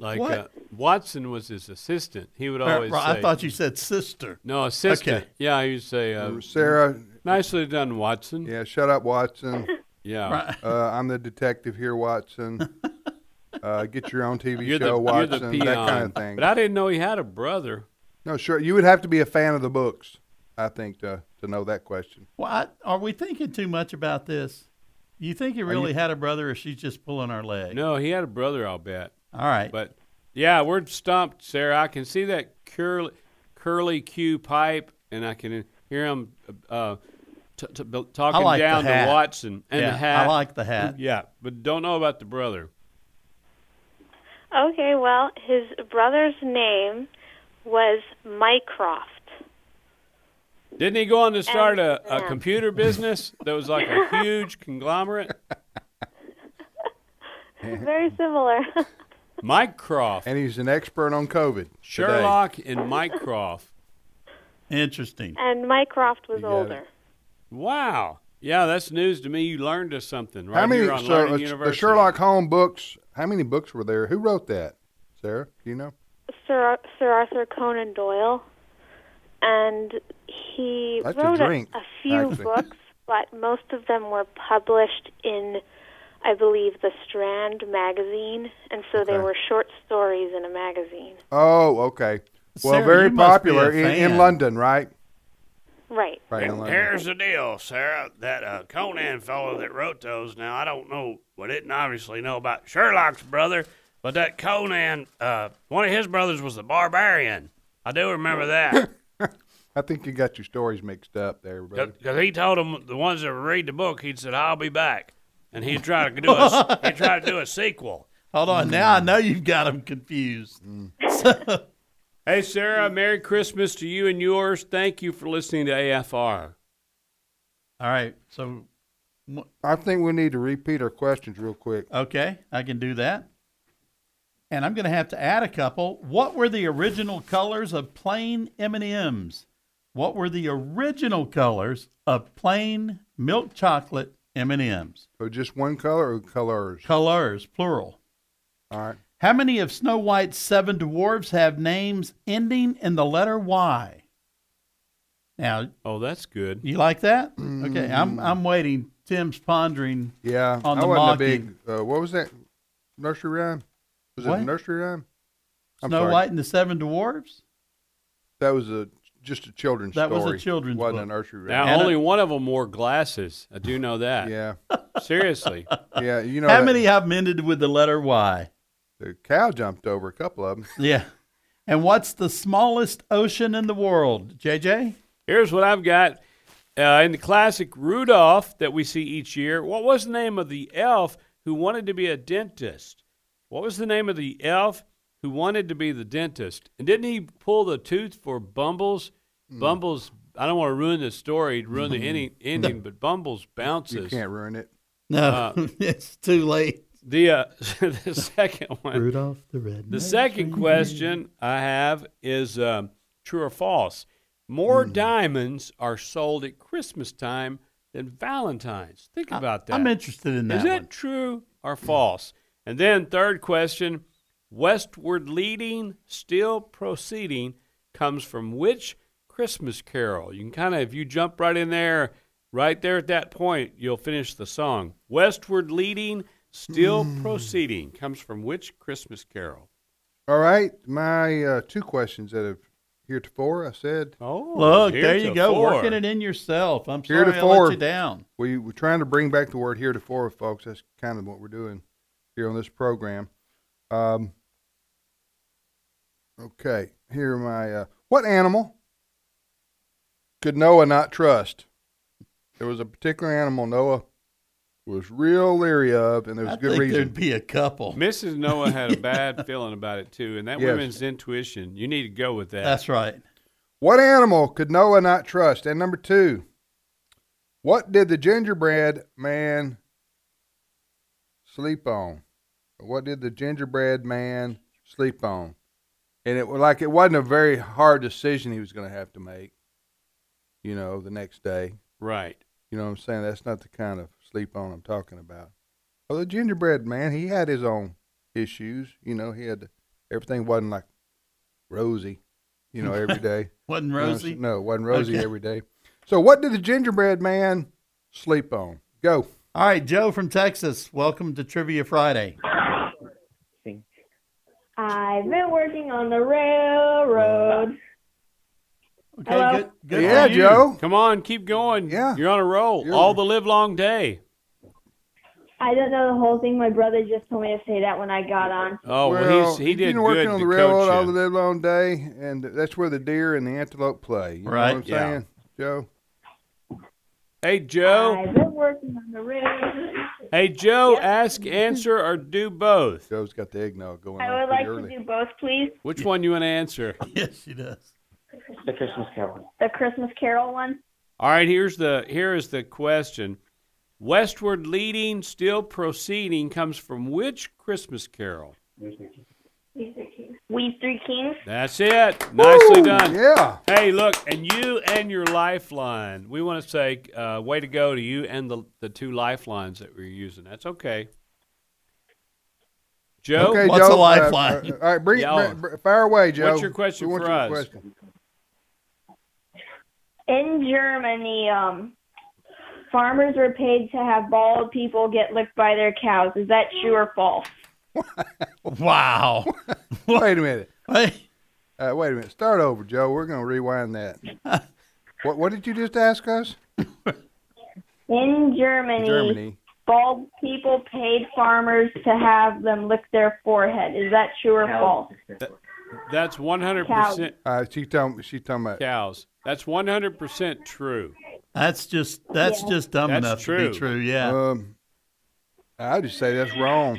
Like
What?
Uh, Watson was his assistant. He would
Uh,
always.
right, I
say-
thought you said sister.
No assistant.
Okay.
Yeah, he'd say uh,
Sarah.
Nicely done, Watson.
Yeah, shut up, Watson.
Yeah. Right.
Uh, I'm the detective here, Watson. Uh, get your own TV
You're the,
show,
you're
Watson.
the peon.
that kind of thing.
But I didn't know he had a brother.
no, sure. You would have to be a fan of the books, I think, to, to know that question.
Well, I, are we thinking too much about this? You think he
Are
really
you-
had a brother, or she's just pulling our leg?
No, he had a brother. I'll bet.
All right.
But yeah, we're stumped, Sarah. I can see that curly, curly Q pipe, and I can hear him uh, t- t- b- talking
like the
down to
hat.
Watson and
Yeah,
the
I
hat.
like the hat.
Yeah, but don't know about the brother.
Okay, well, his brother's name was Mycroft.
Didn't he go on to start a, a computer business that was like a huge conglomerate?
Very similar.
Mike Croft.
And he's an expert on COVID. today.
Sherlock and Mike Croft.
Interesting.
and Mycroft was
got it.
older.
Wow. Yeah, that's news to me. You learned us something right
how many
here on
so,
Learning
uh, the
University.
Sherlock Holmes books? How many books were there? Who wrote that, Sarah? Do you know?
Sir, Sir Arthur Conan Doyle, and he
That's a
wrote a,
drink,
a few
actually.
books, but most of them were published in, I believe, the Strand magazine, and so they
Okay.
were short stories in a magazine.
Oh, okay. Well,
Sarah,
very
you must be
popular
a
in, in
fan.
London, right?
Right.
Right.
Here-
online.
Here's the deal, Sarah. That uh, Conan fellow that wrote those. Now I don't know. Well, didn't obviously know about Sherlock's brother, but that Conan, uh, one of his brothers was the barbarian. I do remember that
I think you got your stories mixed up there, brother.
because he told them the ones that read the book. He said, "I'll be back," and he tried to do a he tried to do a sequel.
Hold on, now I know you've got them confused.
Hey, Sarah, Merry Christmas to you and yours. Thank you for listening to AFR.
All right, so
I think we need to repeat our questions real quick.
Okay, I can do that. And I'm going to have to add a couple. What were the original colors of plain M&Ms? What were the original colors of plain milk chocolate M&Ms?
So just one color or colors?
Colors, plural.
All right.
How many of Snow White's seven dwarves have names ending in the letter Y? Now,
oh, that's good.
You like that? Okay, I'm I'm waiting. Tim's pondering.
Mm. Yeah,
on
I
the
wasn't
mocking.
a big. Uh, what was that nursery rhyme? Was it
What?
a nursery rhyme? I'm
Snow
sorry.
White and the Seven Dwarves.
That was a just a children's
That was
story.
a children's
wasn't
book.
a nursery rhyme.
Now, only one of them wore glasses. I do know that.
Yeah.
Seriously.
yeah, you know
How
that-
many have ended with the letter Y?
The cow jumped over a couple of them.
Yeah. And what's the smallest ocean in the world, JJ?
Here's what I've got. Uh, in the classic Rudolph that we see each year, what was the name of the elf who wanted to be a dentist? What was the name of the elf who wanted to be the dentist? And didn't he pull the tooth for Bumbles?
Hmm.
Bumbles, I don't want to ruin the story, ruin the ending, ending but Bumbles bounces. Uh,
You can't ruin it.
No, it's too late.
The uh, the second one.
Rudolph the Red.
The second question I have is um, true or false? More
Hmm.
diamonds are sold at Christmas time than Valentine's. Think about that.
I'm interested in
Is
that
that true or false? And then third question: Westward leading, still proceeding, comes from which Christmas carol? You can kind of, if you jump right in there, right there at that point, you'll finish the song. Westward leading, still
Hmm.
proceeding, comes from which Christmas carol?
All right, my uh, two questions that have heretofore I said.
Oh,
Look, there you go, working it in yourself. I'm sorry I let you down.
We we're trying to bring back the word heretofore, folks. That's kind of what we're doing here on this program. Um, okay, here are my uh, what animal could Noah not trust? There was a particular animal Noah was real leery of, and there was
I
good
think
reason.
there'd be a couple.
Mrs. Noah had a bad feeling about it too, and that
Yes.
women's intuition. You need to go with that.
right.
What animal could Noah not trust? And number two, what did the gingerbread man sleep on? What did the gingerbread man sleep on? And it was like it wasn't a very hard decision he was going to have to make. You know, the next day.
Right.
You know what I'm saying? That's not the kind of sleep on I'm talking about. Well, the gingerbread man, he had his own issues. You know, he had everything wasn't like rosy. You know, every day
Wasn't
You know what I'm
rosy?
saying? no, wasn't rosy
Okay.
every day. So, what did the gingerbread man sleep on? Go.
All right, Joe from Texas. Welcome to Trivia Friday.
I've been working on the railroad.
Okay,
Hello?
good. good
Yeah,
for you.
Joe. Come on, keep going.
Yeah.
You're on a roll all the live long day.
I don't know the whole thing. My brother just told me to say that when I got on.
Oh, well,
Well,
he's, he
you've
did
been working
good
on
to
the railroad
coach
all
you.
the day long day, and that's where the deer and the antelope play. You
Right.
know what I'm
Yeah.
saying, Joe?
Hey, Joe.
I've been working on the railroad.
Hey, Joe, ask, answer, or do both.
Joe's got the eggnog going
I would like to do both, please.
Which one you want to answer?
yes, she does.
The Christmas Carol.
The Christmas Carol one.
All right, here's the here is the question. Westward leading, still proceeding comes from which Christmas carol?
We Three Kings.
That's it. Nicely
Woo!
done.
Yeah.
Hey, look, and you and your lifeline. We want to say, uh, way to go to you and the the two lifelines that we're using. That's okay. Joe,
okay, Joe, uh, uh, all right, bring,
Yeah.
bring, bring- fire away, Joe.
What's your question
We want
for
your
us?
question.
In Germany, um, farmers were paid to have bald people get licked by their cows. Is that true or false?
Wow.
wait a minute.
Hey.
Uh, wait a minute. Start over, Joe. We're going to rewind that. What, what did you just ask us?
In Germany,
Germany.
bald people paid farmers to have them lick their forehead. Is that true or false?
That's 100%
Uh, she talking. She talking about.
cows. That's 100% true.
That's just that's
Yeah.
just dumb
That's
enough to
true.
be true. Yeah.
Um, I just say that's wrong.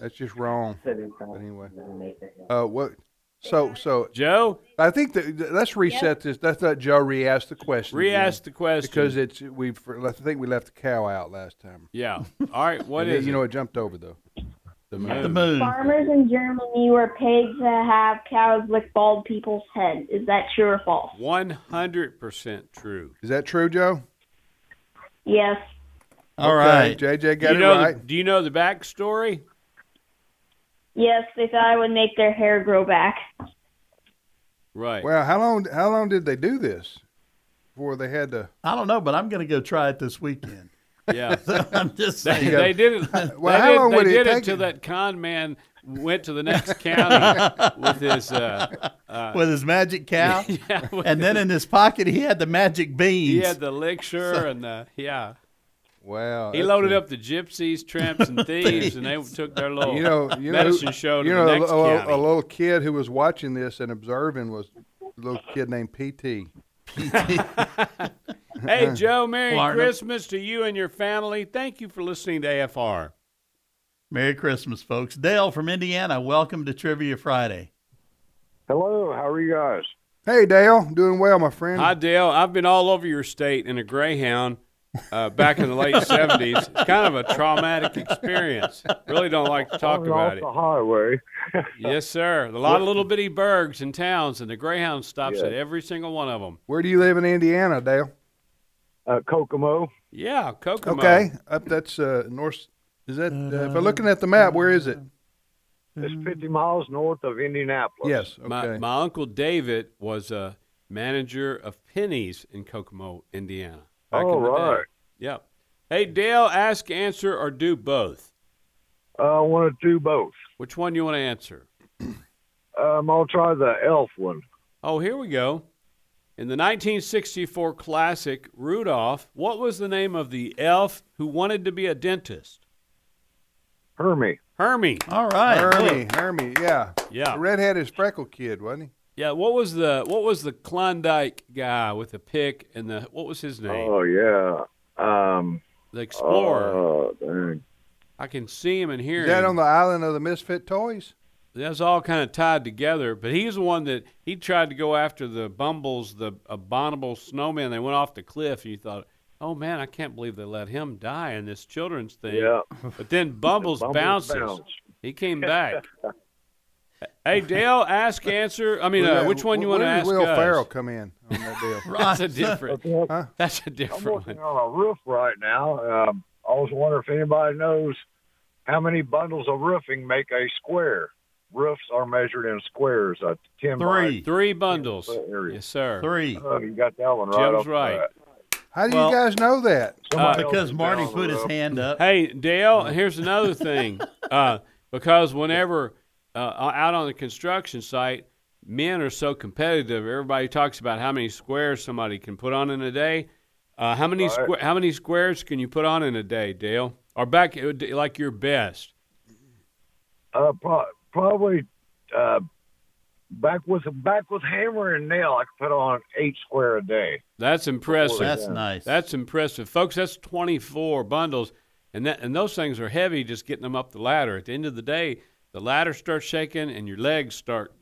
that's just wrong. But anyway, uh, what? So so
Joe.
I think that that- let's reset this. Let's let Joe re-ask the question. again.
Re-ask the question.
because it's we. I think we left the cow out last time.
Yeah. All right. What
And it-
is
you
it?
know? It jumped over though. The moon.
Farmers in Germany were paid to have cows lick bald people's heads. Is that true or false?
100% true.
Is that true, Joe?
Yes.
All
Okay,
right.
JJ got
You
it
know the-
right.
do you know the backstory?
Yes, they thought it would make their hair grow back.
Right.
Well, how long? How long did they do this before they had to?
I don't know, but I'm going to go try it this weekend.
Yeah.
I'm just
They,
saying.
they did it.
Well,
they
how
did,
long
they
would it
did
take
till that con man went to the next county with his uh, uh,
with his magic cow,
Yeah, with
and then
his-
in his pocket he had the magic beans.
He had the lecture and the yeah.
Wow.
He
that's
loaded
a-
up the gypsies, tramps, and thieves, and they took their little
you know, you know, who-
medicine show to
you know,
the
a-
next
oh,
a, a
county.
little kid who was watching this and observing was a little kid named PT.
hey, Joe, Merry
Larnum.
Christmas to you and your family. Thank you for listening to AFR.
Merry Christmas, folks. Dale from Indiana, welcome to Trivia Friday.
Hello, how are you guys?
Hey, Dale, doing well, my friend.
Hi, Dale. I've been all over your state in a Greyhound uh, back in the late 70s. It's kind of a traumatic experience. Really don't like to talk
I'm
about
off
it.
the highway.
Yes, sir. A lot of little bitty burgs and towns, and the Greyhound stops at every single one of them.
Where do you live in Indiana, Dale?
Uh, Kokomo.
Yeah, Kokomo.
Okay, up that's uh, north. Is that
Uh-huh.
uh, if I'm looking at the map? Where is it?
It's 50 miles north of Indianapolis.
Yes.
My, my uncle David was a manager of Penny's in Kokomo, Indiana. Back
All
in the
right.
Day. Yep. Hey, Dale, ask, answer, or do both?
Uh, I want to do both.
Which one you want to answer?
Um, I'll try the elf one.
Oh, here we go. In the 1964 classic Rudolph, what was the name of the elf who wanted to be a dentist?
Hermie.
Hermie.
All right.
Hermie, Hermie, yeah,
Yeah.
The redheaded freckle kid, wasn't he?
Yeah, what was the what was the Klondike guy with the pick and the what was his name?
Oh, yeah. Um,
The explorer.
Oh, dang.
I can see him and hear
Is that
him.
on the island of the misfit toys?
That's all kind of tied together. But he's the one that he tried to go after the Bumbles, the abominable snowman. They went off the cliff, and you thought, "Oh man, I can't believe they let him die in this children's thing."
Yeah.
But then Bumbles,
Bumbles
bounces.
bounced.
He came back. hey Dale, ask answer. I mean, uh,
Where-
which one you
where
want to
did
ask?
Will
us?
Farrell come in on that deal?
That's a different.
Huh?
That's a
I'm
different
working
one.
on a roof right now. Um, I was wondering if anybody knows how many bundles of roofing make a square. Roofs are measured in squares. Uh, ten by-
Three bundles. Yes, sir.
Oh, you got that one right.
Jim's
off the
right.
bat.
How do
Well-
you guys know that?
Uh,
hand up.
Hey, Dale, here's another thing. Uh, because whenever uh, out on the construction site, men are so competitive. Everybody talks about how many squares somebody can put on in a day. Uh, how many
Right.
squ- how many squares can you put on in a day, Dale? Or back it would- like your best?
Uh, pro- probably uh, back with back with hammer and nail. I could put on eight square a day.
That's impressive.
That's
nice.
That's impressive, folks. That's 24 bundles, and that and those things are heavy. Just getting them up the ladder. At the end of the day, the ladder starts shaking, and your legs start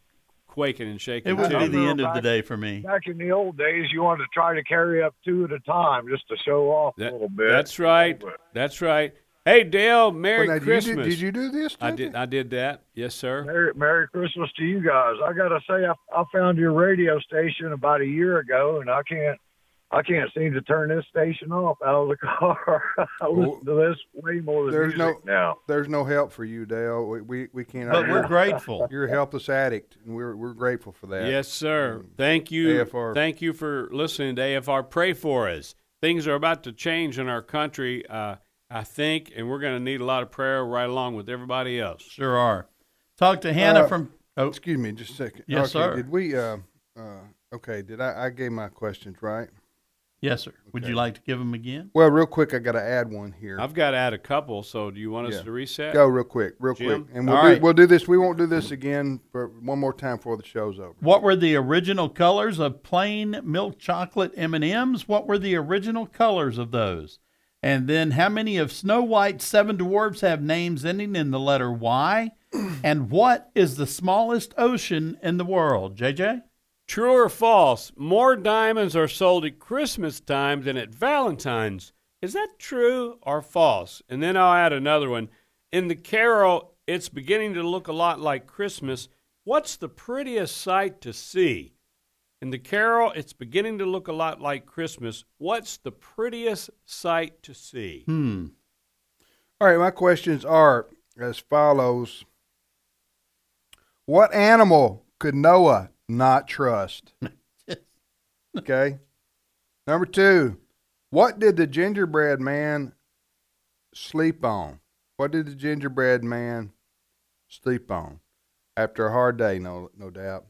quaking and shaking.
It would
too.
be the end of the day for me.
Back in the old days, you wanted to try to carry up two at a time just to show off a little bit.
That's right. That's right. Hey, Dale, Merry
Well, now, did you do-
Christmas.
did you do this,
I
did
did. I did that. Yes, sir.
Merry, Merry Christmas to you guys. I gotta say, I, I found your radio station about a year ago, and I can't, I can't seem to turn this station off out of the car. I listen to this way more than
There's no
music now.
there's no help for you, Dale. We we, we can't.
But we're
grateful.
You're a helpless addict, and we're we're grateful for that. Mm.
Yes, sir. Thank you.
AFR.
Thank you for listening to AFR. Pray for us. Things are about to change in our country, uh, I think, and we're going to need a lot of prayer right along with everybody else.
Sure are. Talk to Hannah
Uh,
from. Oh,
excuse me, just a second.
Yes,
Okay,
sir.
Did we? Uh, uh, Okay, did I, I gave my questions right?
Yes, sir. Would you like to give them again?
Well, real quick, I got to add one here.
I've got to add a couple. So do you want us
Yeah.
to reset?
Go real quick, real
Jim?
quick, and we'll
All
do,
right.
we'll do this. We won't do this again for one more time before the show's over.
What were the original colors of plain milk chocolate M&Ms? What were the original colors of those? And then how many of Snow White's seven dwarfs have names ending in the letter Y? And what is the smallest ocean in the world? JJ?
True or false? More diamonds are sold at Christmas time than at Valentine's. Is that true or false? And then I'll add another one. In the carol, it's beginning to look a lot like Christmas. What's the prettiest sight to see? In the carol, it's beginning to look a lot like Christmas. What's the prettiest sight to see?
Hmm.
All right, my questions are as follows: What animal could Noah not trust? okay. Number two, what did the gingerbread man sleep on? What did the gingerbread man sleep on after a hard day? No, no doubt,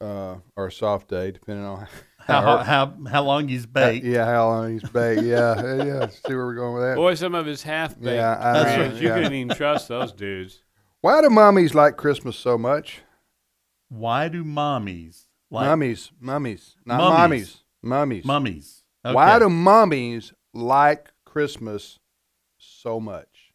uh, or a soft day, depending on
How, how, how, long he's baked.
Uh, yeah, how long he's baked. Yeah, yeah. See where we're going with that.
Boy, some of his half baked
Yeah, I-
friends. You
yeah.
couldn't even trust those dudes.
Why do mummies like Christmas so much?
Why do mommies like
mummies, mummies, not
Mummies.
mummies, mummies,
Mummies.
Why
Okay.
do mummies like Christmas so much?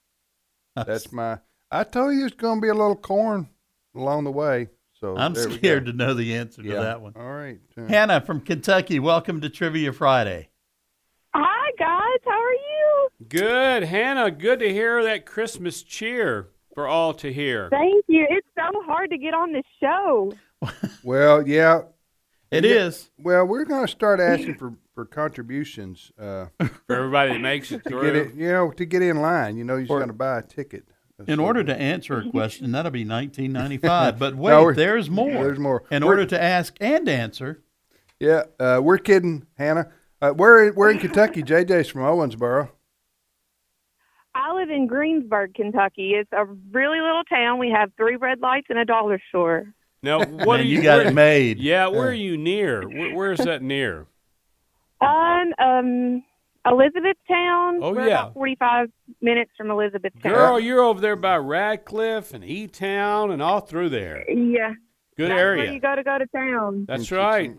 That's my. I told you it's going to be a little corn along the way. So
I'm
there we go.
scared to know the answer to
Yeah.
that one.
All right.
Hannah from Kentucky, welcome to Trivia Friday.
Hi, guys. How are you?
Good, Hannah. Good to hear that Christmas cheer for all to hear.
Thank you. It's so hard to get on this show.
Well, yeah,
it
is.
is.
Well, we're going to start asking for for contributions uh,
For everybody that makes it
to
through.
get it. You know, to get in line. You know, you're going to buy a ticket.
In order to answer a question, that'll be 1995. But
No,
wait,
we're-
there's more.
there's more.
In
We're-
order to ask and answer,
Yeah, uh, we're kidding, Hannah. Uh, we're we're in Kentucky. JJ's from Owensboro.
I live in Greensburg, Kentucky. It's a really little town. We have three red lights and a dollar store.
Now, what
Man,
are
you got
where-
it made.
Yeah, where are you near? Where, where's that near?
Um, um, Elizabethtown.
Oh,
We're
yeah.
about 45 minutes from Elizabethtown.
Girl, you're over there by Radcliffe and E Town and all through there.
yeah.
Good
That's
area.
Where you got to go to town.
That's right.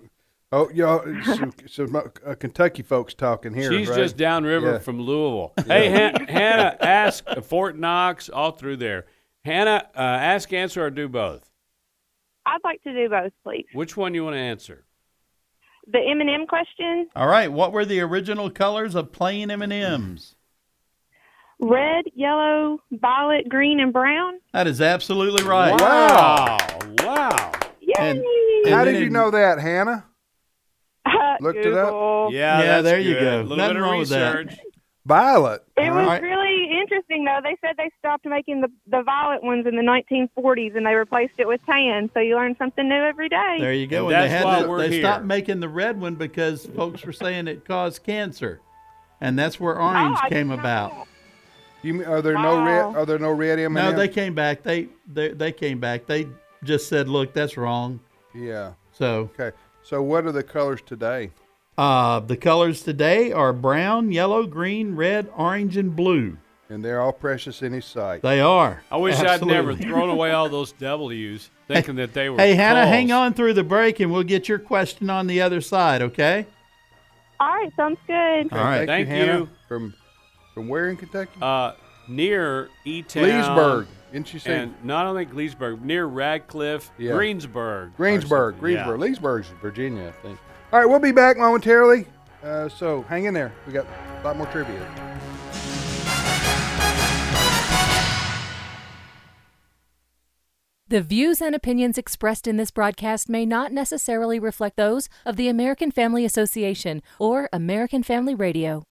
Oh, y'all, some, some uh, Kentucky folks talking here.
She's
right?
just downriver
Yeah.
from Louisville. Hey, Han- Hannah, ask Fort Knox, all through there. Hannah, uh, ask, answer, or do both.
I'd like to do both, please.
Which one you want to answer?
The M&M question,
all right, what were the original colors of plain M&Ms?
red, yellow, violet, green, and brown.
That is absolutely right.
Wow. Wow.
And-
How
and
did
then
you
in-
know that, Hannah? Looked it up.
Yeah, Yeah, there you good. go. A little Nothing bit of wrong with that. research.
Violet.
It was
Alright.
really interesting, though. They said they stopped making the, the violet ones in the 1940s and they replaced it with tan. So you learn something new every day.
There you go.
And
And they had
that's why
the-
we're
they
here.
stopped making the red one because folks were saying it caused cancer. And that's where orange came about.
You mean, are there no red? Are there no red M&Ms?
No, they came back. They, they they came back. They just said, "Look, that's wrong."
Yeah.
So
Okay. So what are the colors today?
Uh, the colors today are brown, yellow, green, red, orange, and blue.
And they're all precious in His sight.
They are.
I wish
Absolutely.
I'd never thrown away all those W's thinking that they were.
Hey, Hannah,
calls.
hang on through the break, and we'll get your question on the other side. Okay.
All right, sounds good.
All right. Thank
Thank, you, Hannah.
you.
From from where in Kentucky?
Uh, near E Town.
Leesburg. Didn't you say-
And not only Leesburg, near Radcliffe,
Yeah.
Greensburg. or
Greensburg.
something.
Greensburg. Leesburg's Virginia, I think.
Yeah.
All right, we'll be back momentarily. Uh, so hang in there. We got a lot more trivia.
The views and opinions expressed in this broadcast may not necessarily reflect those of the American Family Association or American Family Radio.